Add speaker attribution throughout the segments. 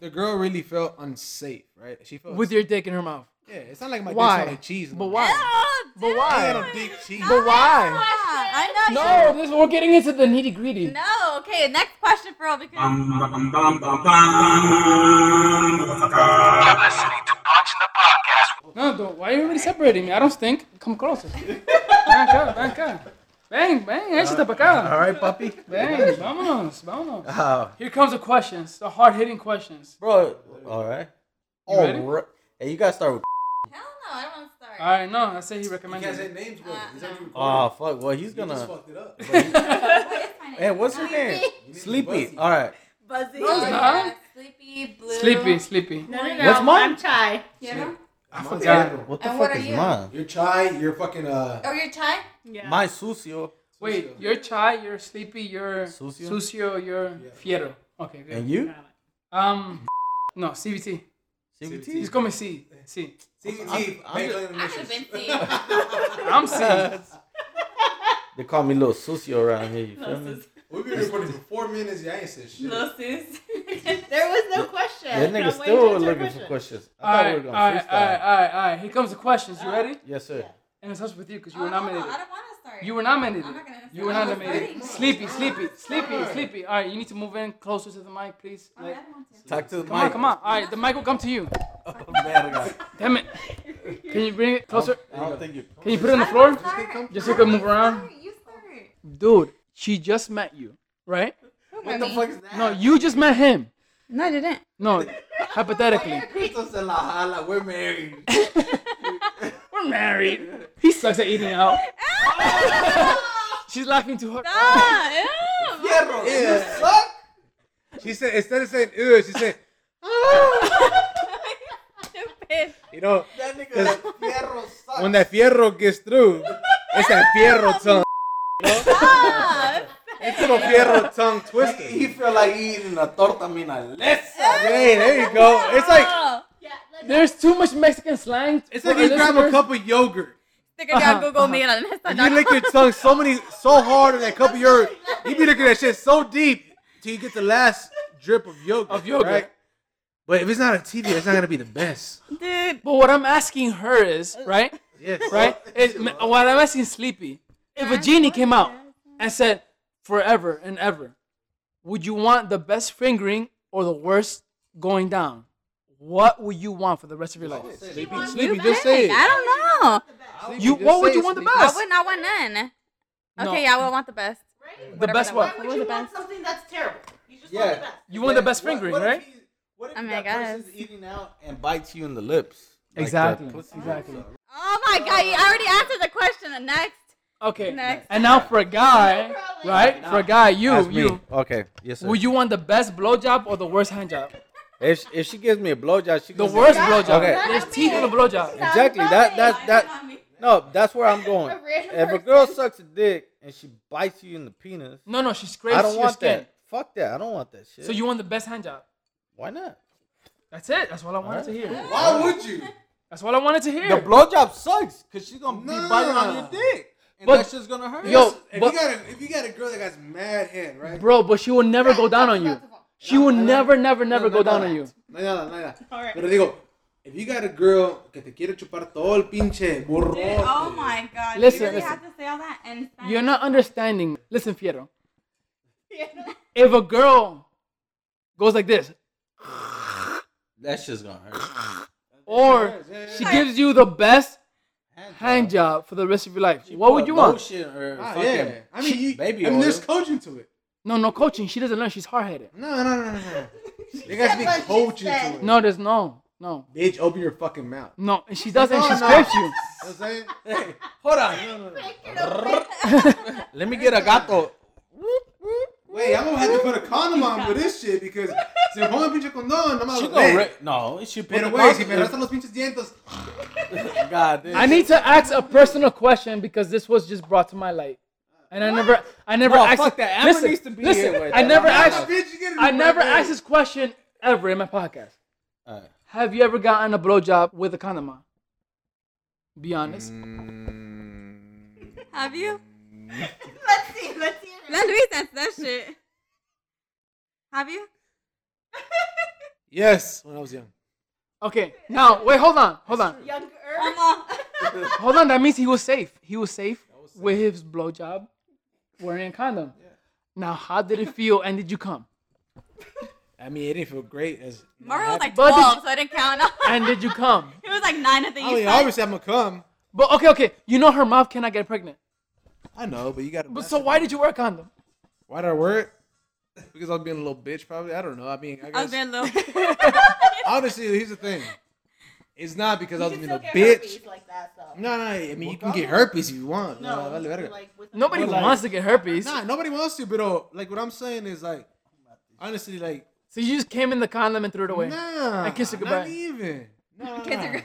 Speaker 1: the girl really felt unsafe, right? She felt
Speaker 2: with your dick in her mouth.
Speaker 1: yeah. It's not like my
Speaker 2: Why?
Speaker 1: dick smell like cheese.
Speaker 2: But why?
Speaker 3: Ew,
Speaker 2: But
Speaker 3: dude.
Speaker 1: I
Speaker 2: why?
Speaker 1: had a deep cheese.
Speaker 2: But why?
Speaker 3: I know
Speaker 2: No, this we're getting into the nitty gritty.
Speaker 3: you. No, okay, next question, bro, because
Speaker 4: Um,
Speaker 5: You're listening to Punch in the Podcast.
Speaker 2: No, don't, why are you already separating me? I don't stink. Come closer. back up, back up. Bang, bang, échate para acá.
Speaker 6: All right, puppy.
Speaker 2: Bang, vámonos, vámonos.
Speaker 6: Oh,
Speaker 2: Here comes the questions, the hard hitting questions.
Speaker 6: bro. All right.
Speaker 2: You
Speaker 6: All
Speaker 2: ready?
Speaker 6: right. oh, Hey, you gotta start with.
Speaker 3: hell no, I don't want to start.
Speaker 2: Alright, no, I say he
Speaker 1: You can't
Speaker 2: recommended.
Speaker 1: say
Speaker 2: it.
Speaker 1: names, bro. It's already recorded.
Speaker 6: Oh fuck. Well, he's
Speaker 1: You just
Speaker 6: gonna.
Speaker 1: fucked it up.
Speaker 3: Wait, it's fine.
Speaker 6: Hey, what's her name?
Speaker 1: need to
Speaker 6: Sleepy.
Speaker 1: buzz you.
Speaker 6: All right.
Speaker 4: Buzzy.
Speaker 3: Oh,
Speaker 2: it's
Speaker 3: yeah,
Speaker 2: not.
Speaker 3: Sleepy blue.
Speaker 2: Sleepy, sleepy.
Speaker 4: No, no, no.
Speaker 6: What's mine?
Speaker 4: I'm chai.
Speaker 3: Yeah.
Speaker 1: I
Speaker 2: forgot.
Speaker 1: forgot.
Speaker 6: What the
Speaker 3: And
Speaker 6: fuck
Speaker 3: what are
Speaker 6: is
Speaker 3: you?
Speaker 6: mine?
Speaker 1: You're chai. You're fucking uh.
Speaker 3: Oh, your tie?
Speaker 4: Yeah.
Speaker 6: My sucio
Speaker 2: Wait, you're chai, you're sleepy, you're
Speaker 6: Sucio?
Speaker 2: sucio, you're fiero. Okay, good.
Speaker 6: and you.
Speaker 2: Um, no, CBT. He's
Speaker 6: CBT.
Speaker 2: coming C. C.
Speaker 1: CBT.
Speaker 6: I'm
Speaker 1: bank cleaning
Speaker 6: just-
Speaker 3: I could have
Speaker 1: dishes.
Speaker 3: been C.
Speaker 2: I'm C.
Speaker 6: They call me little sucio around here. You feel me?
Speaker 1: We've been recording for four minutes. Yeah, I ain't said shit.
Speaker 4: Little sis. there was no question.
Speaker 6: That
Speaker 4: I'm
Speaker 6: nigga
Speaker 4: waiting to
Speaker 6: still
Speaker 4: answer
Speaker 6: looking
Speaker 4: question.
Speaker 6: for questions. I thought we were
Speaker 2: Alright, alright,
Speaker 6: gonna freestyle.
Speaker 2: alright, alright, alright. Here comes the questions. You ready?
Speaker 6: Yes, sir.
Speaker 2: And it starts with you because you
Speaker 3: Oh,
Speaker 2: were
Speaker 3: no, no,
Speaker 2: nominated.
Speaker 3: I don't want to start.
Speaker 2: You were nominated.
Speaker 3: I'm not gonna
Speaker 2: You were
Speaker 3: start.
Speaker 2: nominated.
Speaker 3: I'm
Speaker 2: Sleepy, sleepy, sleepy, sleepy. All right, you need to move in closer to the mic, please.
Speaker 3: Oh, I
Speaker 2: Like,
Speaker 3: don't want to.
Speaker 6: Talk to the Oh,
Speaker 2: come on, come on. All right, the mic will come to you. Damn it. Can you bring it closer?
Speaker 6: I don't think you.
Speaker 2: Can you put it on the
Speaker 3: I don't
Speaker 2: floor?
Speaker 3: wanna start.
Speaker 2: Just
Speaker 3: I
Speaker 2: so you can
Speaker 3: don't
Speaker 2: move
Speaker 3: wanna
Speaker 2: around.
Speaker 3: start. You start.
Speaker 2: Dude, she just met you, right?
Speaker 3: What the fuck?
Speaker 2: No, you just met him.
Speaker 3: Uh, No, I didn't.
Speaker 2: No, hypothetically.
Speaker 6: We're married.
Speaker 2: We're married. He sucks at eating out. She's laughing too hard.
Speaker 3: Ah, ew.
Speaker 1: She said instead of saying ew, she said
Speaker 3: Stupid.
Speaker 1: you know when that fierro gets through, it's that fierro tongue.
Speaker 3: Ah,
Speaker 1: It's little fierro tongue twister.
Speaker 6: He feel like eating a torta mina lesa.
Speaker 1: Hey, there you go. It's like
Speaker 3: oh.
Speaker 2: There's too much Mexican slang.
Speaker 1: it's
Speaker 2: for
Speaker 1: like you grab a
Speaker 2: listeners.
Speaker 1: cup of yogurt
Speaker 3: Stick it
Speaker 2: Uh-huh.
Speaker 3: down, Google me, and I'm
Speaker 1: and you lick your tongue so many so hard on that cup of yogurt. You be looking at that shit so deep till you get the last drip of yogurt.
Speaker 2: Of yogurt.
Speaker 1: right? But if it's not a TV, it's not gonna be the best.
Speaker 3: Dude,
Speaker 2: But what I'm asking her is, right?
Speaker 1: Yes.
Speaker 2: Right? Is, what I'm asking Sleepy, if a genie came out and said, forever and ever, would you want the best fingering or the worst going down? What would you want for the rest of your life?
Speaker 1: Sleepy,
Speaker 2: Sleepy,
Speaker 3: you
Speaker 2: just
Speaker 3: bang.
Speaker 2: say it.
Speaker 3: I don't know.
Speaker 2: You,
Speaker 1: Just
Speaker 2: what would
Speaker 1: say
Speaker 2: you
Speaker 1: it,
Speaker 2: want the
Speaker 1: Sleepy.
Speaker 2: best?
Speaker 3: I would not want none.
Speaker 2: No.
Speaker 3: Okay, yeah, I would want the best.
Speaker 2: the
Speaker 4: Why
Speaker 2: best what?
Speaker 3: whatever that What was
Speaker 4: would you
Speaker 3: the
Speaker 4: want
Speaker 3: best?
Speaker 4: something that's terrible? You just
Speaker 6: Yeah.
Speaker 4: want the best.
Speaker 2: You want the best fingering, right?
Speaker 6: What if
Speaker 3: Oh my
Speaker 6: that
Speaker 3: God.
Speaker 6: person's eating out and bites you in the lips? Like
Speaker 2: Exactly.
Speaker 6: that pussy
Speaker 2: Exactly.
Speaker 6: lips.
Speaker 3: Oh my god, you already answered the question. Next.
Speaker 2: Okay.
Speaker 3: Next.
Speaker 2: And now for a guy, right? For a guy, you,
Speaker 6: That's me.
Speaker 2: you.
Speaker 6: Okay. Yes, sir.
Speaker 2: Would you want the best blowjob or the worst handjob?
Speaker 6: if, if she gives me a blowjob, she
Speaker 2: The
Speaker 6: can say-
Speaker 2: worst blowjob.
Speaker 6: Okay.
Speaker 2: There's teeth in a blowjob.
Speaker 6: Exactly. That that that. No, that's where I'm going.
Speaker 4: random
Speaker 6: If a girl sucks a dick and she bites you in the penis,
Speaker 2: No, no, she scrapes
Speaker 6: I don't
Speaker 2: your
Speaker 6: want
Speaker 2: skin.
Speaker 6: that. Fuck that. I don't want that shit.
Speaker 2: So you want the best handjob?
Speaker 6: Why not?
Speaker 2: That's it. That's what I wanted to hear.
Speaker 1: Why would you?
Speaker 2: That's what I wanted to hear.
Speaker 6: The blowjob sucks because she's gonna be biting on your
Speaker 1: Nah.
Speaker 6: dick, and
Speaker 2: But-
Speaker 6: that shit's gonna hurt.
Speaker 2: Yo,
Speaker 1: if
Speaker 2: but-
Speaker 1: you got a if you got a girl that got mad hand, right?
Speaker 2: Bro, but she will never go down on you. She will never, never, never go down on you.
Speaker 1: No hay nada, no hay nada.
Speaker 4: Alright.
Speaker 1: Pero digo, if you got a girl que te quiere chupar todo el pinche burro.
Speaker 3: Oh my god.
Speaker 2: Listen,
Speaker 3: you really
Speaker 2: listen.
Speaker 3: have to say all that and
Speaker 2: You're not understanding. Listen, Fiero.
Speaker 4: Fiero.
Speaker 2: If a girl goes like this,
Speaker 6: That shit's gonna hurt.
Speaker 2: or she gives you the best hand job for the rest of your life, what would you want?
Speaker 6: Lotion or
Speaker 1: Ah,
Speaker 6: fucking
Speaker 1: yeah. I mean, you,
Speaker 6: baby
Speaker 1: I mean, there's
Speaker 6: oil.
Speaker 1: coaching to it.
Speaker 2: No, no coaching. She doesn't learn. She's hard headed.
Speaker 1: No, no, no, no, no. There got to
Speaker 4: what
Speaker 1: be
Speaker 4: she
Speaker 1: coaching to
Speaker 4: said.
Speaker 1: it.
Speaker 2: No, there's no, no,
Speaker 1: Bitch, open your fucking mouth. You
Speaker 2: no. And she doesn't. She
Speaker 1: No, no.
Speaker 2: scrapes you.
Speaker 1: know what I'm saying?
Speaker 6: Hold on. Let me get a gato.
Speaker 1: Wait, I'm going to have to put a condom on for this shit because si me pongo el pinche condón, no me
Speaker 6: She
Speaker 1: hago
Speaker 6: gonna
Speaker 1: ver.
Speaker 6: rip. No, she put
Speaker 1: Pero
Speaker 6: the
Speaker 1: güey, si me
Speaker 6: condom-
Speaker 1: restan los pinches dientes.
Speaker 6: God, dude.
Speaker 2: I need to ask a personal question because this was just brought to my light, and I never, I never
Speaker 6: No,
Speaker 2: asked.
Speaker 6: fuck that. Amber
Speaker 2: Listen,
Speaker 6: needs to be
Speaker 2: listen,
Speaker 6: here with
Speaker 2: I
Speaker 6: that.
Speaker 2: never
Speaker 6: No, no,
Speaker 2: asked.
Speaker 1: Bitch, you get it
Speaker 2: I never
Speaker 1: right
Speaker 2: asked this question ever in my podcast.
Speaker 6: Alright.
Speaker 2: Have you ever gotten a blowjob with a condom on? Be honest.
Speaker 6: Mm.
Speaker 3: Have you?
Speaker 4: Let's see. Let's see.
Speaker 3: Let Luis answer that shit. Have you?
Speaker 1: Yes, when I was young.
Speaker 2: Okay, now wait, hold on, hold on,
Speaker 4: Younger.
Speaker 2: hold on. That means he was safe. He was safe with his blowjob, wearing a condom. Now, how did it feel? And did you come?
Speaker 1: I mean, it didn't feel great. As
Speaker 3: Mario was like
Speaker 2: But did-
Speaker 3: 12, so I didn't count.
Speaker 2: And Oh, did you come?
Speaker 3: He was like 9 at the
Speaker 1: I mean,
Speaker 3: east side.
Speaker 1: obviously I'm gonna come.
Speaker 2: But okay, okay. You know her mom cannot get pregnant.
Speaker 1: I know, but you gotta.
Speaker 2: But so why did you wear a condom?
Speaker 1: Why did I wear it? Because I was being a little bitch, probably. I don't know. I mean, I
Speaker 3: I
Speaker 1: guess.
Speaker 3: was being a little.
Speaker 1: honestly, here's the thing. It's not because I
Speaker 4: You
Speaker 1: was
Speaker 4: can
Speaker 1: being a
Speaker 4: still get herpes
Speaker 1: bitch.
Speaker 4: Like that, though.
Speaker 1: No, no. I mean, you can get herpes if you want. No,
Speaker 4: No,
Speaker 1: vale verga.
Speaker 4: like with a-
Speaker 2: Nobody
Speaker 1: But like-
Speaker 2: wants to get herpes.
Speaker 1: Nah, nobody wants to, but uh, like what I'm saying is like, honestly, like,
Speaker 2: So you just came in the condom and threw it away.
Speaker 1: nah,
Speaker 2: I kiss her goodbye.
Speaker 1: Not even. Nah,
Speaker 3: Kiss her
Speaker 1: nah.
Speaker 3: goodbye.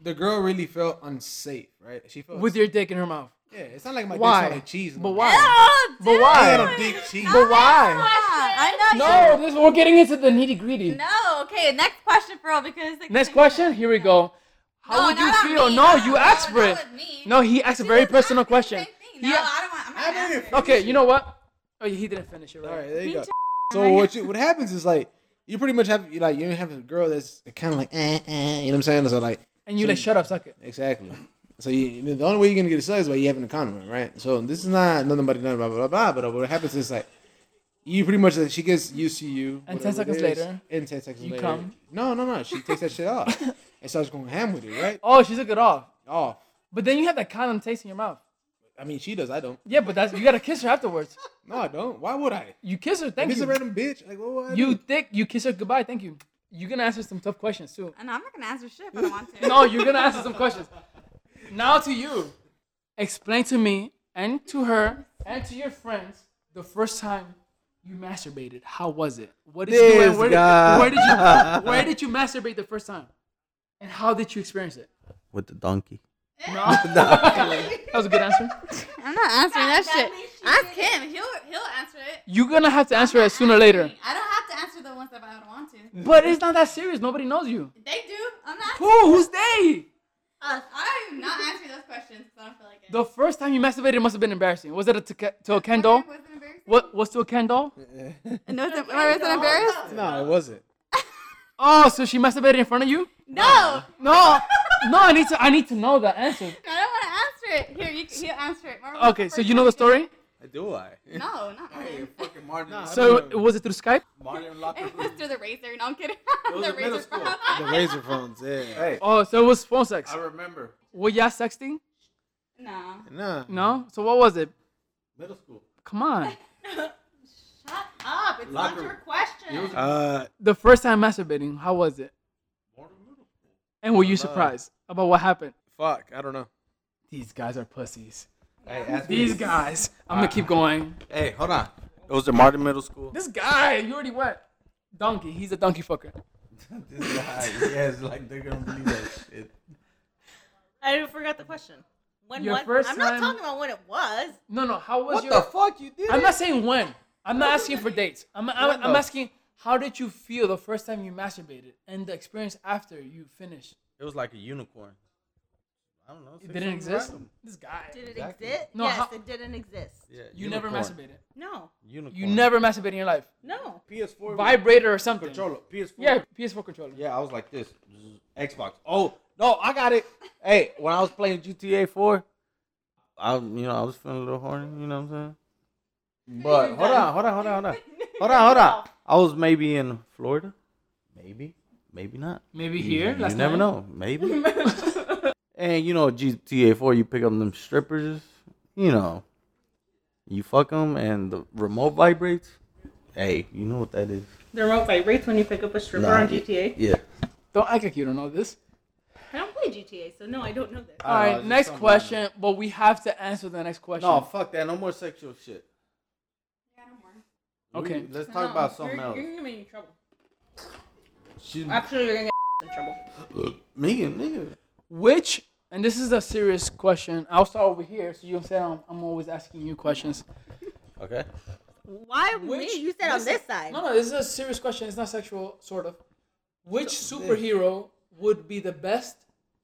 Speaker 1: The girl really felt unsafe, right? She felt
Speaker 2: With your dick in her mouth.
Speaker 1: yeah. It's not like my
Speaker 2: Why?
Speaker 1: dick's not like cheese.
Speaker 2: But
Speaker 1: no.
Speaker 2: why?
Speaker 3: Oh,
Speaker 2: But
Speaker 1: I
Speaker 2: why?
Speaker 1: ain't got no deep cheese.
Speaker 2: But why?
Speaker 3: I know. you-
Speaker 2: No, this, we're getting into the nitty gritty.
Speaker 3: No, okay, next question, bro, because like,
Speaker 2: Next question. Here we go. How
Speaker 3: No,
Speaker 2: would you
Speaker 3: not on
Speaker 2: feel?
Speaker 3: me.
Speaker 2: No,
Speaker 3: No,
Speaker 2: you
Speaker 3: no,
Speaker 2: asked for
Speaker 3: not
Speaker 2: it.
Speaker 3: with me.
Speaker 2: No, he asked a very personal question.
Speaker 3: No,
Speaker 2: Yeah.
Speaker 3: I don't want. I'm not
Speaker 1: I
Speaker 3: gonna
Speaker 1: didn't
Speaker 3: ask
Speaker 1: finish
Speaker 2: Okay,
Speaker 1: it.
Speaker 2: you know what? Oh, he didn't finish it
Speaker 1: All right,
Speaker 2: right.
Speaker 1: there you go. So what you what happens is like you pretty much have you like you have a girl that's kind of like eh, eh, you know what I'm saying? So like
Speaker 2: And you like shut up, suck it.
Speaker 1: Exactly. So you, the only way you're gonna get a sell is by you having a condom, right? So this is not nothing but blah blah blah blah. But what happens is like you pretty much she gets used to you.
Speaker 2: And 10
Speaker 1: whatever it
Speaker 2: seconds
Speaker 1: is,
Speaker 2: later,
Speaker 1: and ten seconds
Speaker 2: you
Speaker 1: later,
Speaker 2: come.
Speaker 1: No, no, no. She takes that shit off and starts going ham with it, right?
Speaker 2: Oh, she took it off.
Speaker 1: Off.
Speaker 2: But then you have that condom taste in your mouth.
Speaker 1: I mean, she does. I don't.
Speaker 2: Yeah, but that's you gotta kiss her afterwards.
Speaker 1: No, I don't. Why would I?
Speaker 2: You kiss her.
Speaker 1: If
Speaker 2: Thank
Speaker 1: it's a
Speaker 2: you.
Speaker 1: random bitch, like what? Would I
Speaker 2: You
Speaker 1: do?
Speaker 2: thick. You kiss her goodbye. Thank you. You're gonna answer some tough questions too.
Speaker 3: And I'm not gonna answer shit if I don't want to.
Speaker 2: No, you're gonna answer some questions. Now to you. Explain to me and to her and to your friends the first time you masturbated. How was it? What did you do?
Speaker 6: This
Speaker 2: And where,
Speaker 6: guy.
Speaker 2: did, where did you where did you masturbate the first time? And how did you experience it?
Speaker 6: With the donkey.
Speaker 2: No. that was a good answer.
Speaker 3: I'm not answering that
Speaker 4: That
Speaker 3: shit.
Speaker 4: means she
Speaker 3: Ask
Speaker 4: did
Speaker 3: him. He'll he'll answer it.
Speaker 2: You're gonna have to answer it sooner or later.
Speaker 3: I don't have to answer the ones that I don't want to.
Speaker 2: But it's not that serious. Nobody knows you.
Speaker 3: They do. I'm not.
Speaker 2: Who? Who's they?
Speaker 3: I'm not answering those questions because I don't feel like it.
Speaker 2: The first time you masturbated must have been embarrassing. Was it a to, to a Ken doll?
Speaker 3: Was it embarrassing?
Speaker 2: What was to a Ken doll?
Speaker 3: No, was it, was it embarrassed?
Speaker 1: No, it wasn't.
Speaker 2: Oh, so she masturbated in front of you?
Speaker 3: No,
Speaker 2: No, no, I need to. I need to know the answer.
Speaker 3: I don't want to answer it. Here, you, he'll answer it. Marvin,
Speaker 2: Okay, so you know the story.
Speaker 6: Do I?
Speaker 3: No, not Marvin.
Speaker 6: Fucking Martin.
Speaker 2: So was it through Skype?
Speaker 6: Martin locked
Speaker 3: It was through the razor. No, I'm kidding.
Speaker 6: was
Speaker 3: the
Speaker 6: in middle
Speaker 3: razor
Speaker 6: school.
Speaker 3: phone.
Speaker 1: The razor phones, yeah.
Speaker 6: Hey,
Speaker 2: Oh, so it was phone sex.
Speaker 6: I remember.
Speaker 2: Were y'all sexting?
Speaker 3: No.
Speaker 1: Nah.
Speaker 2: No. So what was it?
Speaker 6: Middle school.
Speaker 2: Come on.
Speaker 4: Shut up. It's
Speaker 6: Locker
Speaker 4: not your
Speaker 6: room.
Speaker 4: question.
Speaker 6: It was-
Speaker 1: Uh,
Speaker 2: The first time masturbating, how was it?
Speaker 6: Martin middle school.
Speaker 2: And were you
Speaker 6: Uh,
Speaker 2: surprised about what happened?
Speaker 1: fuck. I don't know.
Speaker 2: These guys are pussies.
Speaker 6: Hey, ask me.
Speaker 2: These guys. I'm gonna keep going.
Speaker 6: Hey, hold on. It was the Martin Middle School.
Speaker 2: This guy, you already went. Donkey. He's a donkey fucker.
Speaker 6: this guy, yes, like they're gonna believe that shit.
Speaker 4: I forgot the question. When
Speaker 2: Your
Speaker 4: was
Speaker 2: first
Speaker 4: I'm not
Speaker 2: time-
Speaker 4: talking about when it was.
Speaker 2: No, no. How was
Speaker 6: What
Speaker 2: your?
Speaker 6: the fuck you did?
Speaker 2: I'm
Speaker 6: it?
Speaker 2: not saying when. I'm not asking for dates. I'm, I'm,
Speaker 6: What
Speaker 2: I'm
Speaker 6: the-
Speaker 2: asking how did you feel the first time you masturbated and the experience after you finished?
Speaker 6: It was like a unicorn. I don't know. say
Speaker 2: It didn't
Speaker 6: something
Speaker 2: exist?
Speaker 6: random.
Speaker 2: This guy.
Speaker 4: Did it
Speaker 6: Exactly.
Speaker 4: exist?
Speaker 2: No,
Speaker 4: yes,
Speaker 2: how-
Speaker 4: it didn't exist.
Speaker 6: Yeah,
Speaker 2: You never
Speaker 6: unicorn.
Speaker 2: masturbated.
Speaker 4: No,
Speaker 6: Unicorn.
Speaker 2: You never masturbated in your life.
Speaker 4: no.
Speaker 6: PS4
Speaker 2: Vibrator or something.
Speaker 6: controller. PS4.
Speaker 2: Yeah, PS4 controller.
Speaker 6: Yeah, I was like this. Xbox. Oh no, I got it. Hey, when I was playing GTA 4, I you know I was feeling a little horny. You know what I'm saying? But hold on, hold on, hold on, hold on, hold on, hold on. I was maybe in Florida, maybe, maybe not.
Speaker 2: Maybe here.
Speaker 6: You,
Speaker 2: last
Speaker 6: you never
Speaker 2: night.
Speaker 6: know. Maybe. and you know GTA 4, you pick up them strippers. You know, you fuck them, and the remote vibrates. Hey, you know what that is?
Speaker 4: The remote vibrates when you pick up a stripper
Speaker 6: Nah,
Speaker 4: on GTA.
Speaker 6: Yeah.
Speaker 2: Don't act like you don't know this.
Speaker 4: I don't play GTA, so no, I don't know this.
Speaker 2: All right, next question. But we have to answer the next question.
Speaker 6: No, fuck that. No more sexual shit. We-
Speaker 2: Okay.
Speaker 6: let's talk about something
Speaker 4: you're,
Speaker 6: else.
Speaker 4: You're gonna be in trouble.
Speaker 6: She,
Speaker 4: Actually, you're gonna get in trouble.
Speaker 6: me and nigga.
Speaker 2: Which, and this is a serious question. I'll start over here so you understand I'm, I'm always asking you questions.
Speaker 6: Okay.
Speaker 4: Why
Speaker 2: Which-
Speaker 4: me? You said on
Speaker 2: listen-
Speaker 4: this side.
Speaker 2: No, no, this is a serious question. It's not sexual, sort of. Which superhero would be the best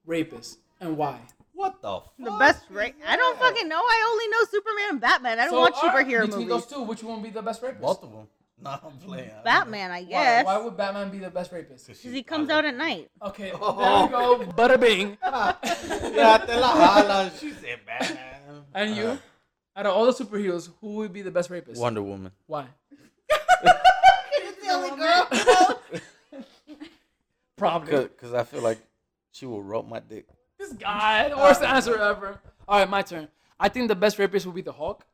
Speaker 2: rapist and why?
Speaker 6: What the fuck?
Speaker 4: The best right? I don't fucking know. I only know Superman and Batman. I don't watch
Speaker 2: are-
Speaker 4: superhero
Speaker 2: between
Speaker 4: movies.
Speaker 2: those two, which one would be the best rapist?
Speaker 6: Both of them. No, I'm playing.
Speaker 4: Batman, I
Speaker 2: Why,
Speaker 4: guess.
Speaker 2: why would Batman be the best rapist?
Speaker 4: Because he comes out at night.
Speaker 2: Okay, there you go. Bada bing.
Speaker 6: Yeah, te la jala. She said Batman.
Speaker 2: And you,
Speaker 6: Uh,
Speaker 2: out of all the superheroes, who would be the best rapist?
Speaker 6: Wonder Woman.
Speaker 2: Why?
Speaker 4: It's the only girl.
Speaker 2: Probably.
Speaker 6: Because I feel like she will rope my dick.
Speaker 2: This guy, the worst answer ever. All right, my turn. I think the best rapist would be the Hulk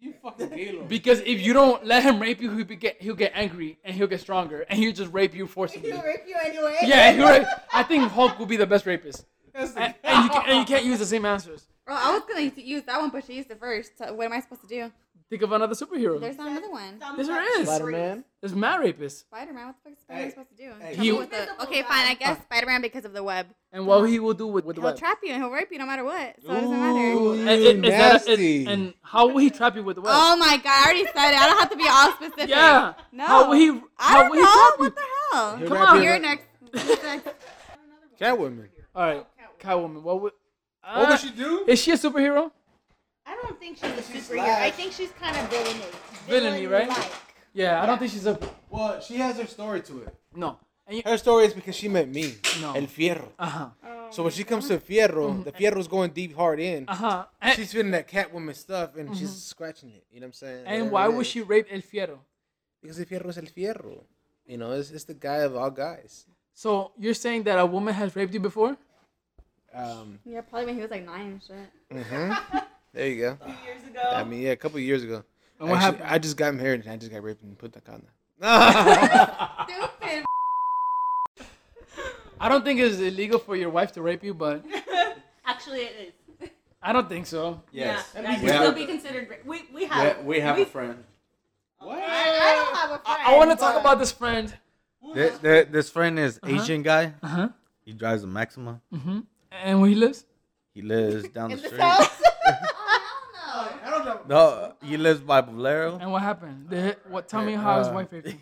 Speaker 1: You fucking gay lord.
Speaker 2: because if you don't let him rape you, he'll be get he'll get angry and he'll get stronger and he'll just rape you forcibly.
Speaker 4: rape you anyway.
Speaker 2: Yeah, he'll rape. I think Hulk would be the best rapist, and, and you can, and you can't use the same answers.
Speaker 3: Bro, I was gonna use that one, but she used it first. So what am I supposed to do?
Speaker 2: Think of another superhero.
Speaker 3: There's not another one.
Speaker 2: Yes, there is.
Speaker 1: Spider Man.
Speaker 2: There's mad rapists.
Speaker 3: Spider Man, what the fuck is Spider Man
Speaker 6: Hey,
Speaker 3: supposed to do?
Speaker 6: hey.
Speaker 3: Trouble
Speaker 2: You-
Speaker 3: with the- okay, fine. I guess Spider Man because of the web.
Speaker 2: And what he will do with, with the
Speaker 3: He'll
Speaker 2: web.
Speaker 3: trap you and he'll rape you no matter what. So it doesn't matter.
Speaker 1: Ooh,
Speaker 2: And- and- is that-
Speaker 1: nasty.
Speaker 2: and- and how will he trap you with the web?
Speaker 3: Oh my god, I already said it. I don't have to be all specific.
Speaker 2: yeah.
Speaker 3: No.
Speaker 2: How will he?
Speaker 3: I
Speaker 2: How
Speaker 3: don't
Speaker 2: will
Speaker 3: know.
Speaker 2: he trap you?
Speaker 3: What the hell?
Speaker 1: He'll
Speaker 2: Come
Speaker 1: rap
Speaker 2: on.
Speaker 1: you
Speaker 3: You're
Speaker 1: like
Speaker 3: next. Who's next?
Speaker 1: Catwoman.
Speaker 2: All right, Catwoman. What would?
Speaker 1: What
Speaker 2: Uh,
Speaker 1: would she do?
Speaker 2: Is she a superhero?
Speaker 4: I don't think she's
Speaker 2: Uh,
Speaker 4: a
Speaker 6: She's
Speaker 4: superhero.
Speaker 6: live.
Speaker 4: I think she's kind of villainy.
Speaker 2: Villainy, right? Yeah, I don't think she's a.
Speaker 1: Well, she has her story to it.
Speaker 2: No. And you,
Speaker 1: Her story is because she met me,
Speaker 2: No.
Speaker 1: El Fierro.
Speaker 2: uh-huh.
Speaker 1: So when she comes to Fierro, the Fierro's going deep hard in.
Speaker 2: Uh-huh. And,
Speaker 1: She's feeling that Catwoman stuff and she's scratching it. You know what I'm saying?
Speaker 2: and
Speaker 1: Whatever
Speaker 2: why
Speaker 1: it is.
Speaker 2: would she rape El Fierro?
Speaker 1: Because El Fierro is El Fierro. You know, it's, it's the guy of all guys.
Speaker 2: So you're saying that a woman has raped you before?
Speaker 1: Um,
Speaker 3: Yeah, probably when he was like nine and shit.
Speaker 1: there you go.
Speaker 4: Years ago.
Speaker 1: I mean, yeah, a couple years ago.
Speaker 2: And what
Speaker 1: Actually,
Speaker 2: happened?
Speaker 1: I just got married and I just got raped and put that condom.
Speaker 3: Stupid.
Speaker 2: I don't think it's illegal for your wife to rape you, but
Speaker 4: Actually, it is.
Speaker 2: I don't think so.
Speaker 6: Yes.
Speaker 4: Yeah, that
Speaker 6: we
Speaker 4: would still
Speaker 6: have-
Speaker 4: be considered. ra- We we have.
Speaker 6: Yeah, we have a friend.
Speaker 4: I, I don't have a friend.
Speaker 2: I, want to talk
Speaker 4: but-
Speaker 2: about this friend.
Speaker 6: This, friend is Asian guy.
Speaker 2: Uh-huh.
Speaker 6: He drives a Maxima.
Speaker 2: And where he lives?
Speaker 6: He lives down the
Speaker 4: in the
Speaker 6: street.
Speaker 4: south.
Speaker 3: Oh, hell
Speaker 6: No, he lives by Bolero.
Speaker 2: And what happened? Did, what? Tell me how his
Speaker 6: Uh,
Speaker 2: wife raped him.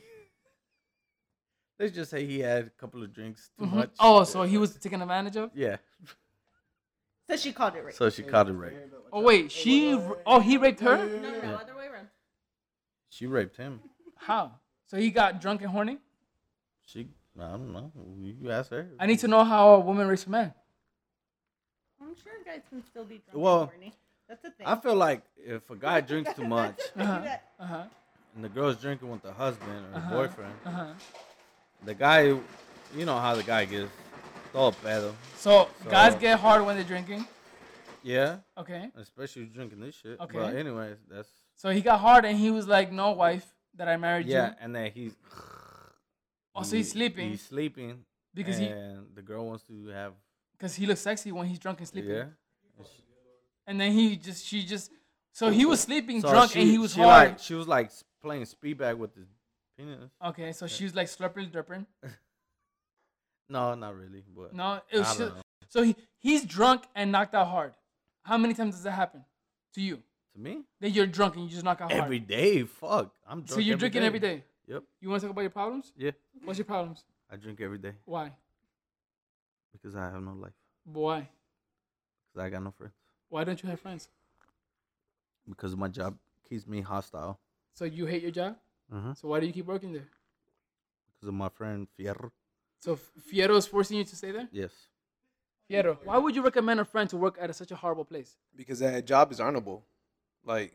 Speaker 6: Let's just say he had a couple of drinks too much.
Speaker 2: Oh, so he was taken advantage of?
Speaker 6: Yeah.
Speaker 4: so she called it rape.
Speaker 6: So she caught it rape.
Speaker 2: Oh wait, she. r- Oh, he raped her.
Speaker 4: no, no, no, other way around.
Speaker 6: She raped him.
Speaker 2: How? So he got drunk and horny.
Speaker 6: She, I don't know. You ask her.
Speaker 2: I need to know how a woman rapes a man.
Speaker 4: I'm sure guys can still be drunk.
Speaker 6: Well,
Speaker 4: and horny. that's the thing.
Speaker 6: I feel like if a guy drinks too much
Speaker 2: Uh-huh. Uh-huh.
Speaker 6: and the girl's drinking with the husband or the boyfriend,
Speaker 2: Uh-huh.
Speaker 6: the guy, you know how the guy gets. Todo pedo.
Speaker 2: So, guys
Speaker 6: So-
Speaker 2: get hard when they're drinking.
Speaker 6: Yeah.
Speaker 2: Okay.
Speaker 6: Especially drinking this shit.
Speaker 2: Okay.
Speaker 6: But anyways, that's
Speaker 2: So he got hard and he was like, "No, wife, that I married
Speaker 6: yeah.
Speaker 2: you."
Speaker 6: And then he's
Speaker 2: Oh, so he's
Speaker 6: he-
Speaker 2: sleeping
Speaker 6: He's sleeping
Speaker 2: because he
Speaker 6: and the girl wants to have
Speaker 2: because he looks sexy when he's drunk and sleeping.
Speaker 6: yeah.
Speaker 2: And then he just she just so he was sleeping
Speaker 6: So
Speaker 2: drunk
Speaker 6: she-
Speaker 2: and he was
Speaker 6: she
Speaker 2: hard.
Speaker 6: Like, she was like s- playing speed bag with his penis.
Speaker 2: okay, so she was like slurping, derping.
Speaker 6: No, not really. But
Speaker 2: No, it was
Speaker 6: I don't
Speaker 2: just-
Speaker 6: know.
Speaker 2: so he he's drunk and knocked out hard. How many times does that happen to you?
Speaker 6: to me,
Speaker 2: That you're drunk and you just knock out hard.
Speaker 6: every day, fuck, I'm drunk.
Speaker 2: so you're drinking every day.
Speaker 6: Yep.
Speaker 2: You want to talk about your problems?
Speaker 6: Yeah,
Speaker 2: What's your problems?
Speaker 6: I drink every day
Speaker 2: Why?
Speaker 6: because I have no life.
Speaker 2: Why?
Speaker 6: Because I got no friends.
Speaker 2: Why don't you have friends?
Speaker 6: Because my job keeps me hostile.
Speaker 2: So you hate your job.
Speaker 6: Mhm.
Speaker 2: So why do you keep working there?
Speaker 6: Because of my friend Fierro.
Speaker 2: So F- Fierro is forcing you to stay there?
Speaker 6: Yes.
Speaker 2: Fierro, why would you recommend a friend to work at such a horrible place?
Speaker 1: because that job is honorable. Like,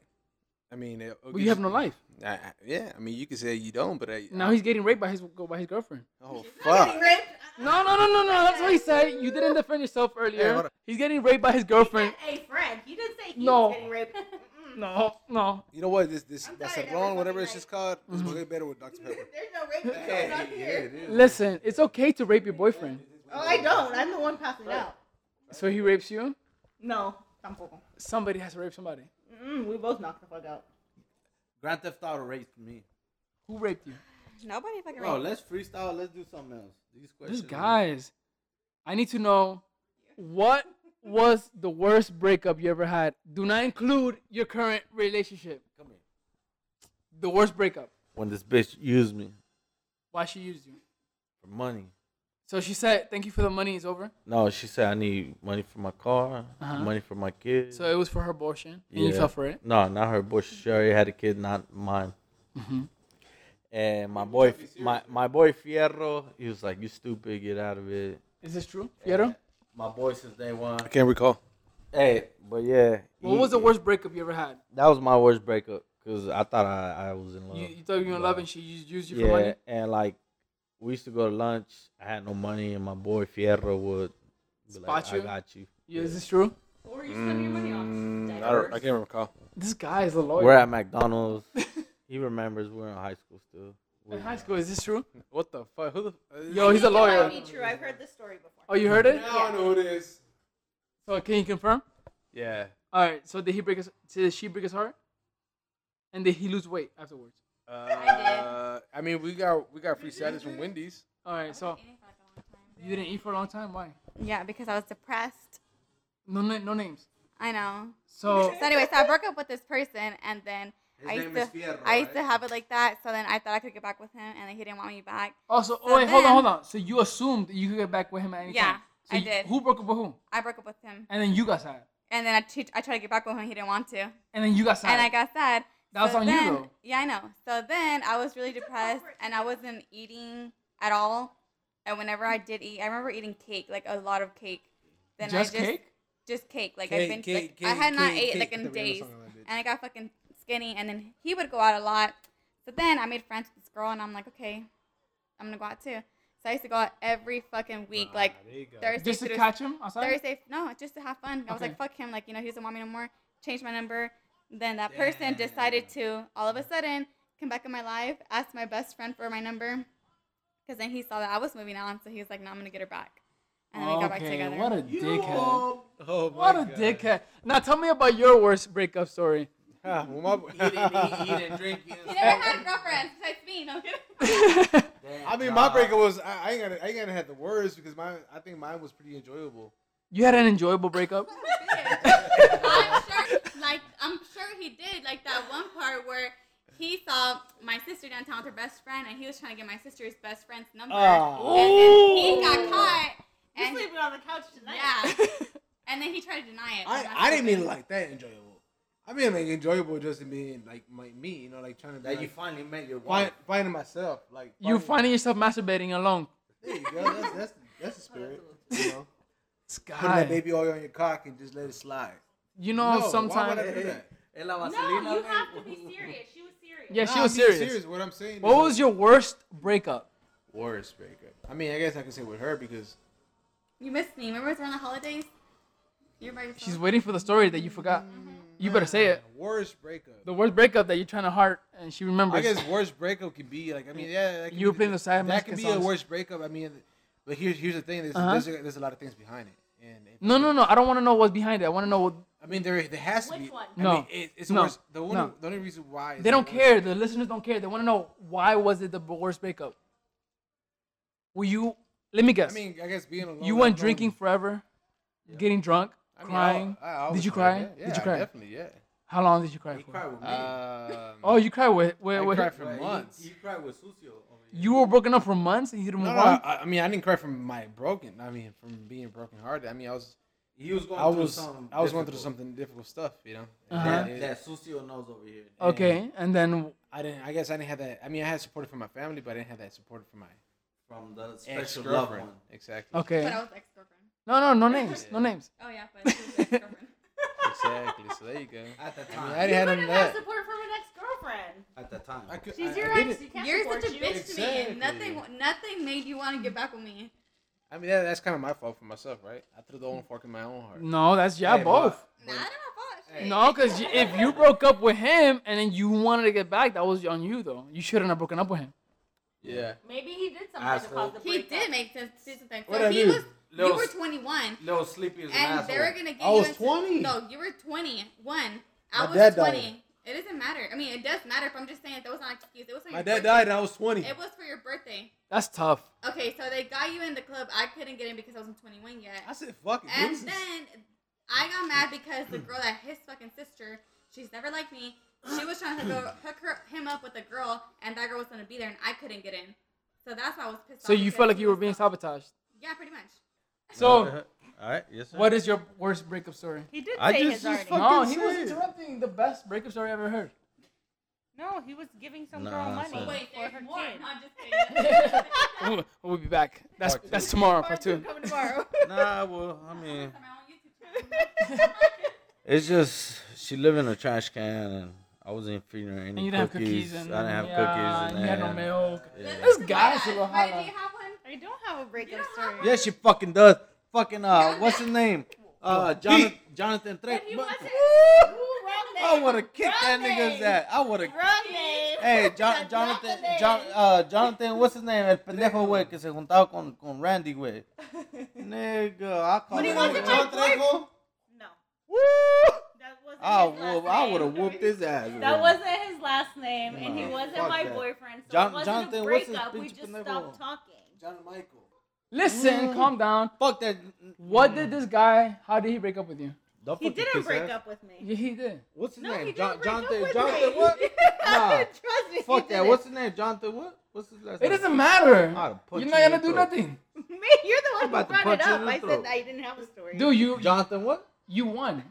Speaker 1: I mean, it,
Speaker 2: Well, you have no life.
Speaker 1: I, I- yeah, I mean, you could say you don't, but I,
Speaker 2: Now he's getting raped by his by his girlfriend.
Speaker 1: oh fuck.
Speaker 2: No, no, no, no, no. That's what he said. You didn't defend yourself
Speaker 1: Hey, hold
Speaker 2: earlier.
Speaker 1: on.
Speaker 2: He's getting raped by his girlfriend.
Speaker 4: a friend. He didn't say he
Speaker 2: No.
Speaker 4: was getting raped.
Speaker 2: No, no.
Speaker 1: You know what? This this that's
Speaker 4: sorry,
Speaker 1: a
Speaker 4: that
Speaker 1: wrong,
Speaker 4: was
Speaker 1: whatever
Speaker 4: something
Speaker 1: it's just called. It's way better with Dr Pepper.
Speaker 4: There's no rape going on here.
Speaker 2: Listen, it's okay to rape your boyfriend.
Speaker 4: Oh, I don't. I'm the one passing out.
Speaker 2: So he rapes you.
Speaker 4: No, tampoco.
Speaker 2: Somebody has to rape somebody.
Speaker 4: Mm, we both knocked the fuck out.
Speaker 6: Grand Theft Auto raped me.
Speaker 2: Who raped you?
Speaker 3: Nobody fucking.
Speaker 6: Bro,
Speaker 3: Bro,
Speaker 6: let's freestyle. Let's do something else. These questions.
Speaker 2: These guys. I need to know what was the worst breakup you ever had. Do not include your current relationship.
Speaker 6: Come here.
Speaker 2: The worst breakup.
Speaker 6: When this bitch used me
Speaker 2: Why she used you?
Speaker 6: for money.
Speaker 2: So she said, "Thank you for the money. It's over."
Speaker 6: No, she said I need money for my car,
Speaker 2: Uh-huh.
Speaker 6: money for my kids.
Speaker 2: So it was for her abortion, and you
Speaker 6: Yeah.
Speaker 2: fell for it. Mm-hmm.
Speaker 6: No, not her bush. She already had a kid, not mine. And my boy, my, my boy Fierro, he was like, "You stupid, get out of it."
Speaker 2: Is this true, Fiero?
Speaker 6: My boy since day one.
Speaker 1: I can't recall.
Speaker 6: Hey, but yeah.
Speaker 2: What was the
Speaker 6: he-
Speaker 2: worst breakup you ever had?
Speaker 6: That was my worst breakup because I thought I, I was in love.
Speaker 2: You, you thought you were in love and she used, used you
Speaker 6: yeah,
Speaker 2: for money?
Speaker 6: and like we used to go to lunch. I had no money, and my boy Fierro would be like,
Speaker 2: Spot
Speaker 6: "I
Speaker 2: you?
Speaker 6: got you."
Speaker 2: Yeah, is this true?
Speaker 3: Or you spending your money on
Speaker 1: Mm, I, don't, I can't recall.
Speaker 2: This guy is a lawyer.
Speaker 6: We're at McDonald's. he remembers we're in high school still.
Speaker 2: in high school. Is this true?
Speaker 1: What the fuck? Who the?
Speaker 2: Yo, he's a lawyer.
Speaker 4: Might be true. I've heard this story before.
Speaker 2: Oh, you heard it?
Speaker 1: I don't know who it is.
Speaker 2: So can you confirm?
Speaker 1: Yeah.
Speaker 2: All right. So did he break his? Did she break his heart? And did he lose weight afterwards?
Speaker 1: Uh, I mean, we got we got free salads from Wendy's.
Speaker 2: All right. So you didn't eat for a long time. Why?
Speaker 3: Yeah, because I was depressed.
Speaker 2: No, na- no names.
Speaker 3: I know.
Speaker 2: So
Speaker 3: So anyway, so I broke up with this person, and then I used,
Speaker 6: name
Speaker 3: to,
Speaker 6: is Fierro,
Speaker 3: I used to
Speaker 6: right?
Speaker 3: have it like that. So then I thought I could get back with him, and then he didn't want me back.
Speaker 2: also, oh
Speaker 3: So
Speaker 2: wait, hold on,
Speaker 3: then-
Speaker 2: hold on. So you assumed that you could get back with him at any
Speaker 3: Yeah,
Speaker 2: time. So
Speaker 3: I
Speaker 2: you-
Speaker 3: did.
Speaker 2: Who broke up with who?
Speaker 3: I broke up with him,
Speaker 2: And then you got sad.
Speaker 3: and then I t- I tried to get back with him. He didn't want to,
Speaker 2: And then you got sad.
Speaker 3: and I got sad.
Speaker 2: That was
Speaker 3: so
Speaker 2: on you,
Speaker 3: then,
Speaker 2: though.
Speaker 3: Yeah, I know. So then I was really depressed, and I wasn't eating at all. And whenever I did eat, I remember eating cake, like a lot of cake. Then
Speaker 2: just,
Speaker 3: I just
Speaker 2: cake.
Speaker 3: just cake. Like
Speaker 1: Cake,
Speaker 3: I've been
Speaker 1: cake,
Speaker 3: like I
Speaker 1: cake,
Speaker 3: had not
Speaker 1: cake,
Speaker 3: ate
Speaker 1: cake.
Speaker 3: like
Speaker 1: I
Speaker 3: in
Speaker 1: thought we were
Speaker 3: days,
Speaker 1: song on that bitch.
Speaker 3: and I got fucking skinny. And then he would go out a lot. So then I made friends with this girl, and I'm like, okay, I'm gonna go out too. So I used to go out every fucking week, like Thursday
Speaker 2: Just to
Speaker 3: through
Speaker 2: catch him outside.
Speaker 3: Thursday. No, just to have fun. I was like,
Speaker 2: Okay.
Speaker 3: fuck him. Like you know, he doesn't want me no more. Changed my number. Then that person decided to all of a sudden come back in my life, asked my best friend for my number, because then he saw that I was moving on, so he was like, no, I'm gonna get her back. And then we got back
Speaker 2: Okay,
Speaker 3: together.
Speaker 2: What a dickhead.
Speaker 6: Oh my
Speaker 2: What a
Speaker 6: God.
Speaker 2: dickhead. Now tell me about your worst breakup story.
Speaker 6: he didn't eat, he didn't drink. He
Speaker 3: He
Speaker 6: didn't
Speaker 3: never had a girlfriend besides me. No I'm kidding.
Speaker 1: I mean, my breakup was I, I ain't gonna I ain't gonna have the words because mine I think mine was pretty enjoyable.
Speaker 2: You had an enjoyable breakup.
Speaker 3: I'm sure, like I'm sure he did. Like that one part where he saw my sister downtown with her best friend, and he was trying to get my sister's best friend's number, and then
Speaker 1: Oh.
Speaker 3: he got caught.
Speaker 4: You're
Speaker 3: And
Speaker 4: sleeping on the couch tonight.
Speaker 3: yeah, and then he tried to deny it.
Speaker 1: I,
Speaker 3: and that's
Speaker 1: I didn't
Speaker 3: the
Speaker 1: mean
Speaker 3: thing.
Speaker 1: it like that enjoyable. I mean like enjoyable just in being like my, me, you know, like trying to be
Speaker 6: That you
Speaker 1: like,
Speaker 6: finally met your
Speaker 1: find,
Speaker 6: wife.
Speaker 1: finding myself. Like
Speaker 2: You
Speaker 1: finding-
Speaker 2: finding yourself masturbating alone.
Speaker 1: There you go. That's that's that's the spirit. You know,
Speaker 2: This
Speaker 1: put that
Speaker 2: guy.
Speaker 1: baby oil on your cock and just let it slide.
Speaker 2: You know,
Speaker 1: No, Why
Speaker 2: Oh, sometimes.
Speaker 1: would I do that?
Speaker 3: No, you have to be serious. She was serious.
Speaker 2: Yeah,
Speaker 1: Nah,
Speaker 2: she
Speaker 1: I'm
Speaker 2: was
Speaker 1: being
Speaker 2: serious.
Speaker 1: What I'm saying. is,
Speaker 2: What
Speaker 1: like,
Speaker 2: was your worst breakup?
Speaker 1: worst breakup? I mean, I guess I can say with her because
Speaker 3: You missed me. Remember it's around the holidays. You're by yourself.
Speaker 2: She's waiting for the story that you forgot. You better say it.
Speaker 1: worst breakup.
Speaker 2: The worst breakup that you're trying to heart and she remembers.
Speaker 1: I guess worst breakup can be like I mean yeah. that can
Speaker 2: You
Speaker 1: be
Speaker 2: playing the side
Speaker 1: That
Speaker 2: Mexican
Speaker 1: can be a
Speaker 2: songs.
Speaker 1: worst breakup. I mean, but here's here's the thing. There's
Speaker 2: Uh-huh.
Speaker 1: there's, a, there's a lot of things behind it. And if-
Speaker 2: no, no, no. I don't want to know what's behind it. I want to know what.
Speaker 1: I mean there there has to
Speaker 4: Which
Speaker 1: be.
Speaker 4: one?
Speaker 1: I
Speaker 2: No.
Speaker 1: mean, it, it's
Speaker 2: No.
Speaker 1: worst. The only,
Speaker 2: No.
Speaker 1: the only reason why is
Speaker 2: They don't
Speaker 1: the worst-
Speaker 2: care. The listeners don't care. They want to know why was it the worst breakup? Were you? Let me guess.
Speaker 1: I mean, I guess being alone.
Speaker 2: you
Speaker 1: like,
Speaker 2: went
Speaker 1: going-
Speaker 2: drinking forever, getting drunk,
Speaker 1: I mean, I-
Speaker 2: crying.
Speaker 1: I always
Speaker 2: did you
Speaker 1: cried,
Speaker 2: cry?
Speaker 1: Yeah,
Speaker 2: did
Speaker 1: yeah,
Speaker 2: you cry?
Speaker 1: Definitely, yeah.
Speaker 2: How long did you cry
Speaker 6: He
Speaker 2: for?
Speaker 6: cried with me.
Speaker 1: Um,
Speaker 2: Oh, you cried with with,
Speaker 1: I
Speaker 2: with
Speaker 1: cried for
Speaker 6: Right, he-
Speaker 1: months.
Speaker 6: He, cried with Sucio. over here.
Speaker 2: you were broken up for months and you didn't
Speaker 1: No,
Speaker 2: move
Speaker 1: no,
Speaker 2: on.
Speaker 1: I, I mean, I didn't cry from my broken. I mean, from being broken hearted. I mean, I was,
Speaker 6: He was going
Speaker 1: I
Speaker 6: through
Speaker 1: was,
Speaker 6: something.
Speaker 1: I was going through
Speaker 6: difficult.
Speaker 1: something difficult stuff. You know,
Speaker 2: Uh-huh.
Speaker 1: And
Speaker 6: That,
Speaker 1: it-
Speaker 6: that Sucio knows over here.
Speaker 2: okay, and then
Speaker 1: I didn't. I guess I didn't have that. I mean, I had support from my family, but I didn't have that support from my
Speaker 6: From the
Speaker 1: ex
Speaker 6: special loved
Speaker 1: girlfriend.
Speaker 6: one.
Speaker 1: Exactly.
Speaker 2: okay.
Speaker 3: But I was ex girlfriend.
Speaker 2: No, no, no names, no names.
Speaker 3: Oh yeah, but she was ex girlfriend.
Speaker 1: Exactly. So there you go.
Speaker 6: At the
Speaker 1: I mean,
Speaker 6: time.
Speaker 1: I didn't have none
Speaker 4: Couldn't
Speaker 1: of
Speaker 4: have
Speaker 1: that.
Speaker 4: support from an ex-girlfriend.
Speaker 6: At the time.
Speaker 1: I could,
Speaker 4: She's
Speaker 1: I,
Speaker 4: your
Speaker 1: I
Speaker 4: ex.
Speaker 1: didn't-
Speaker 4: You can't
Speaker 3: You're
Speaker 4: support
Speaker 3: such a
Speaker 4: you.
Speaker 3: bitch to
Speaker 1: Exactly.
Speaker 3: me. Nothing, nothing made you want to get back with me.
Speaker 1: I mean, that, that's kind of my fault for myself, right? I threw the own fork in my own heart.
Speaker 2: No, that's yeah,
Speaker 6: Hey,
Speaker 2: both.
Speaker 3: Nah, I don't know about shit.
Speaker 2: No, because if you broke up with him and then you wanted to get back, that was on you though. You shouldn't have broken up with him.
Speaker 1: Yeah.
Speaker 4: Maybe he did something to
Speaker 6: Asshole.
Speaker 4: cause the
Speaker 3: He
Speaker 4: breakup.
Speaker 3: did make sense to something.
Speaker 1: What'd I
Speaker 3: So he
Speaker 1: do?
Speaker 3: was.
Speaker 6: Little
Speaker 3: you were
Speaker 6: s-
Speaker 3: 21,
Speaker 6: Little Sleepy is an
Speaker 3: and
Speaker 6: asshole.
Speaker 3: they were gonna get
Speaker 1: I
Speaker 3: you.
Speaker 1: was
Speaker 3: into-
Speaker 1: 20.
Speaker 3: No, you were 21.
Speaker 1: My
Speaker 3: I
Speaker 1: dad
Speaker 3: was
Speaker 1: died.
Speaker 3: 20. It doesn't matter. I mean, it does matter. If I'm just saying that was not an excuse. It was for
Speaker 1: My
Speaker 3: your
Speaker 1: dad
Speaker 3: birthday.
Speaker 1: died, and I was twenty.
Speaker 3: It was for your birthday.
Speaker 2: That's tough.
Speaker 3: Okay, so they got you in the club. I couldn't get in because I wasn't 21 yet.
Speaker 1: I said, "Fuck it."
Speaker 3: And
Speaker 1: deuces.
Speaker 3: then I got mad because the girl that his fucking sister, she's never liked me. She was trying to go hook her, him up with a girl, and that girl was gonna be there, and I couldn't get in. So that's why I was pissed off.
Speaker 2: So you
Speaker 3: because
Speaker 2: felt like
Speaker 3: he
Speaker 2: you were
Speaker 3: was
Speaker 2: being
Speaker 3: so-
Speaker 2: sabotaged.
Speaker 3: Yeah, pretty much.
Speaker 2: So,
Speaker 6: all right, yes, sir.
Speaker 2: what is your worst breakup story?
Speaker 4: He did
Speaker 6: I
Speaker 4: say
Speaker 6: just-
Speaker 4: his
Speaker 6: just
Speaker 4: already.
Speaker 6: fuck-
Speaker 2: No,
Speaker 1: Fucking
Speaker 2: he was
Speaker 1: say it.
Speaker 2: interrupting the best breakup story I ever heard.
Speaker 7: No, he was giving some girl
Speaker 6: Nah,
Speaker 7: money
Speaker 6: son.
Speaker 4: Wait,
Speaker 7: for
Speaker 4: there's
Speaker 7: her
Speaker 4: more.
Speaker 7: kid.
Speaker 4: No, I'm just kidding.
Speaker 2: We'll, we'll be back. That's
Speaker 6: Part two.
Speaker 2: that's tomorrow, part
Speaker 3: Part
Speaker 2: Oh, two.
Speaker 3: two coming tomorrow.
Speaker 6: Nah, well, I mean,
Speaker 4: My own YouTube channel.
Speaker 6: it's just she lived in a trash can, and I wasn't feeding her any
Speaker 2: And you didn't have cookies, and
Speaker 6: I didn't have
Speaker 2: yeah,
Speaker 6: cookies,
Speaker 2: and you had no
Speaker 6: then-
Speaker 2: milk.
Speaker 6: Yeah.
Speaker 2: This guy's a little
Speaker 3: Why do
Speaker 2: hot.
Speaker 3: you have one?
Speaker 7: I don't have a breakup
Speaker 3: don't
Speaker 7: story.
Speaker 6: Yeah, she fucking does. Fucking uh, what's his name? Uh, Jonathan. Jonathan Drake.
Speaker 4: But he
Speaker 6: But-
Speaker 4: wasn't-
Speaker 6: Woo!
Speaker 4: Ooh, wrong
Speaker 3: Oh.
Speaker 4: name.
Speaker 6: I would have kicked that
Speaker 4: Wrong
Speaker 6: nigga's
Speaker 4: name.
Speaker 6: ass. I would have.
Speaker 4: Wrong name.
Speaker 6: Hey, John,
Speaker 4: That's not the
Speaker 6: Jonathan,
Speaker 4: name.
Speaker 6: John, uh, Jonathan, what's his name? El pendejo, güey, que se juntaba con, con Randy, güey. Nigga, I call
Speaker 4: he
Speaker 6: him
Speaker 4: wasn't my
Speaker 6: John Trejo.
Speaker 7: No,
Speaker 6: Woo!
Speaker 7: that wasn't
Speaker 6: I
Speaker 7: his last
Speaker 6: would, Ah, I would have
Speaker 7: name.
Speaker 6: whooped his ass.
Speaker 7: That
Speaker 6: güey.
Speaker 7: wasn't his last name, and he
Speaker 6: Nah,
Speaker 7: wasn't
Speaker 6: fuck
Speaker 7: my
Speaker 6: that.
Speaker 7: boyfriend, so
Speaker 6: John-
Speaker 7: it wasn't
Speaker 6: Jonathan,
Speaker 7: a
Speaker 6: what's his
Speaker 7: breakup. We
Speaker 6: bitch
Speaker 7: just
Speaker 6: pendejo?
Speaker 7: stopped talking.
Speaker 6: John Michael.
Speaker 2: Listen,
Speaker 6: Mm.
Speaker 2: calm down.
Speaker 6: Fuck that.
Speaker 2: What did this guy? How did he break up with you?
Speaker 6: Don't
Speaker 7: He
Speaker 6: fucking
Speaker 7: didn't
Speaker 6: kiss
Speaker 7: break
Speaker 6: ass.
Speaker 7: up with me.
Speaker 2: Yeah, he did.
Speaker 6: What's his
Speaker 7: No, he
Speaker 6: name?
Speaker 7: didn't
Speaker 6: John,
Speaker 7: break up
Speaker 6: Jonathan,
Speaker 7: with
Speaker 6: Jonathan,
Speaker 7: me.
Speaker 6: what? Nah,
Speaker 7: Trust me.
Speaker 6: fuck
Speaker 7: he
Speaker 6: that.
Speaker 7: didn't.
Speaker 6: What's his name? Jonathan, what? What's his last
Speaker 2: It
Speaker 6: name?
Speaker 2: doesn't matter. You're
Speaker 6: I'd have
Speaker 2: not
Speaker 6: put you in
Speaker 2: gonna
Speaker 6: the
Speaker 2: do
Speaker 6: throat.
Speaker 2: nothing,
Speaker 7: me? You're the
Speaker 6: I'm
Speaker 7: one who
Speaker 6: about to
Speaker 7: brought it
Speaker 6: punch you
Speaker 7: up.
Speaker 6: in the
Speaker 7: I
Speaker 6: throat.
Speaker 7: said I didn't have a story.
Speaker 2: dude. You
Speaker 6: Jonathan, what?
Speaker 2: you won.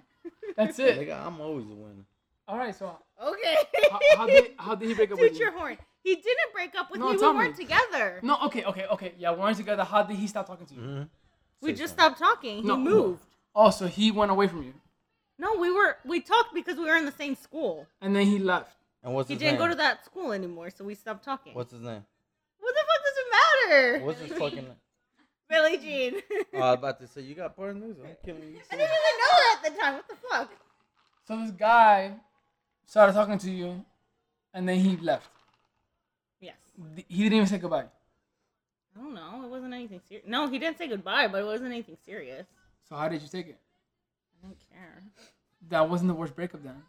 Speaker 2: That's it.
Speaker 6: Nigga, I'm always a winner.
Speaker 2: All right. So
Speaker 7: Okay.
Speaker 2: how, how did how did he break up with
Speaker 7: Toot your
Speaker 2: you?
Speaker 7: horn. He didn't break up with
Speaker 2: No,
Speaker 7: me. We
Speaker 2: tell me.
Speaker 7: weren't together.
Speaker 2: No. Okay. Okay. Okay. Yeah. Once you got the how did he stop talking to you?
Speaker 6: Mm-hmm.
Speaker 7: we
Speaker 6: Say
Speaker 7: just
Speaker 6: something.
Speaker 7: stopped talking. He
Speaker 2: No.
Speaker 7: moved.
Speaker 2: Oh, so he went away from you,
Speaker 7: No, we were we talked because we were in the same school.
Speaker 2: and then he left.
Speaker 6: And what's
Speaker 7: He
Speaker 6: his name?
Speaker 7: didn't go to that school anymore, so we stopped talking.
Speaker 6: What's his name?
Speaker 7: What the fuck does it matter?
Speaker 6: What's his fucking name?
Speaker 7: Billie Jean?
Speaker 6: Oh, I was about to say, you got porn news? I'm killing you.
Speaker 7: I didn't even know her at the time. What the fuck?
Speaker 2: So this guy started talking to you, and then he left.
Speaker 7: Yes.
Speaker 2: D- He didn't even say goodbye.
Speaker 7: I don't know. It wasn't anything serious. No, he didn't say goodbye, but it wasn't anything serious.
Speaker 2: So how did you take it?
Speaker 7: I don't care.
Speaker 2: That wasn't the worst breakup then.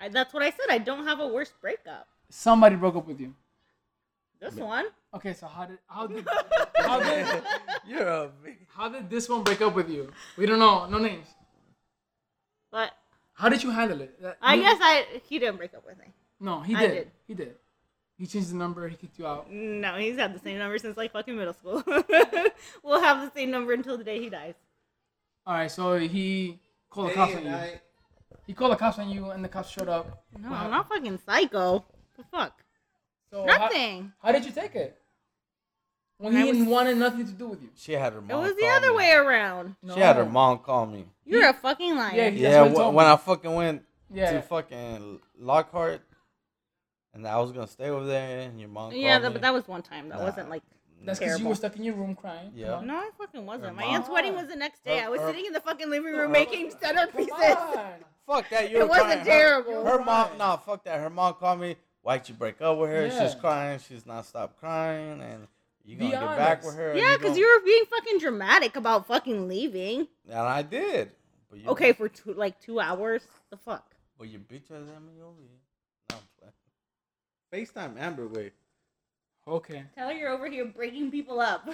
Speaker 7: I, that's what I said. I don't have a worse breakup.
Speaker 2: Somebody broke up with you.
Speaker 7: This one.
Speaker 2: Okay. So how did how did how did
Speaker 6: You're a bitch.
Speaker 2: how did this one break up with you? We don't know. No names.
Speaker 7: But
Speaker 2: How did you handle it? That-
Speaker 7: I
Speaker 2: you-
Speaker 7: guess I he didn't break up with me.
Speaker 2: No, he
Speaker 7: I
Speaker 2: did.
Speaker 7: did.
Speaker 2: He did. He changed the number. He kicked you out.
Speaker 7: No, he's had the same number since like fucking middle school. we'll have the same number until the day he dies.
Speaker 2: All right, so he called the cops on you. He called the cops on you, and the cops showed up.
Speaker 7: No,
Speaker 2: Wow.
Speaker 7: I'm not fucking psycho. The fuck?
Speaker 2: So how-
Speaker 7: Nothing.
Speaker 2: How, did you take it? When
Speaker 7: I
Speaker 2: he
Speaker 7: was-
Speaker 2: wanted nothing to do with you.
Speaker 6: She had her
Speaker 7: It
Speaker 6: mom.
Speaker 7: was the
Speaker 6: call
Speaker 7: other
Speaker 6: me.
Speaker 7: way around.
Speaker 2: No.
Speaker 6: She had her mom call me.
Speaker 7: You're a fucking liar.
Speaker 2: Yeah, he- That's
Speaker 6: Yeah,
Speaker 2: what he
Speaker 6: wh-
Speaker 2: told
Speaker 6: when
Speaker 2: me.
Speaker 6: I fucking went to
Speaker 2: Yeah.
Speaker 6: fucking Lockhart, and I was gonna stay over there, and your mom.
Speaker 7: yeah,
Speaker 6: called
Speaker 7: that,
Speaker 6: me.
Speaker 7: but that was one time. That
Speaker 6: Nah.
Speaker 7: wasn't like.
Speaker 2: That's because you
Speaker 7: terrible.
Speaker 2: were stuck in your room crying.
Speaker 6: Yeah.
Speaker 2: Come on.
Speaker 7: No, I fucking wasn't. My
Speaker 6: mom-
Speaker 7: aunt's wedding was the next day. I was
Speaker 6: Her- her-
Speaker 7: sitting in the fucking living room making centerpieces.
Speaker 2: Come on.
Speaker 6: Fuck that. You
Speaker 7: It
Speaker 6: were
Speaker 7: wasn't
Speaker 6: crying. Her-
Speaker 7: terrible.
Speaker 6: Her,
Speaker 2: You're
Speaker 6: mom,
Speaker 2: right.
Speaker 6: nah, fuck that. Her mom called me. Why'd you break up with her?
Speaker 2: Yeah.
Speaker 6: She's crying. She's not stop crying, and you
Speaker 2: Be
Speaker 6: gonna get back
Speaker 2: honest.
Speaker 6: with her. and
Speaker 7: Yeah, because
Speaker 6: gonna-
Speaker 7: you were being fucking dramatic about fucking leaving.
Speaker 6: And I did. But you,
Speaker 7: Okay, for two, like two hours. The fuck?
Speaker 6: But your bitch ass had me over here. No, I'm playing. FaceTime Amber, wait.
Speaker 2: Okay.
Speaker 7: Tell her you're over here breaking people up.